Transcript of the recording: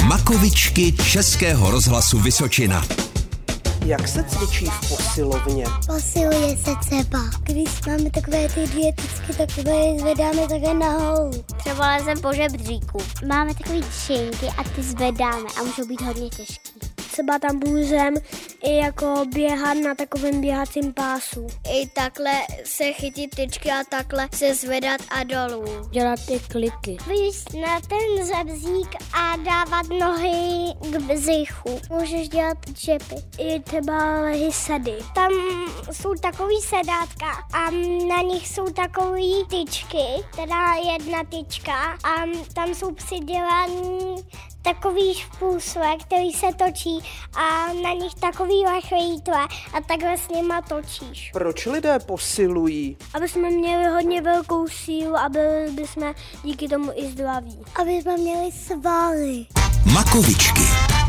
Výcvikovičky Českého rozhlasu Vysočina. Jak se cvičí v posilovně? Posiluje se třeba. Když máme takové ty dieticky, takové je zvedáme také nahoru. Třeba lezem po žebříku. Máme takové činky a ty zvedáme a můžou být hodně těžký. Třeba tam můžem i jako běhat na takovém běhacím pásu. I takhle se chytit tyčky a takhle se zvedat a dolů. Dělat ty kliky. Víš na ten zebzník a dávat nohy k bzichu. Můžeš dělat čepy. I třeba lehy sedy. Tam jsou takový sedátka a na nich jsou takový tyčky, teda jedna tyčka a tam jsou přidělaný takový špůsle, který se točí a na nich takový lechvejítle a takhle s nima točíš. Proč lidé posilují? Aby jsme měli hodně velkou sílu a byli bychom díky tomu i zdraví. Aby jsme měli svaly. Makovičky.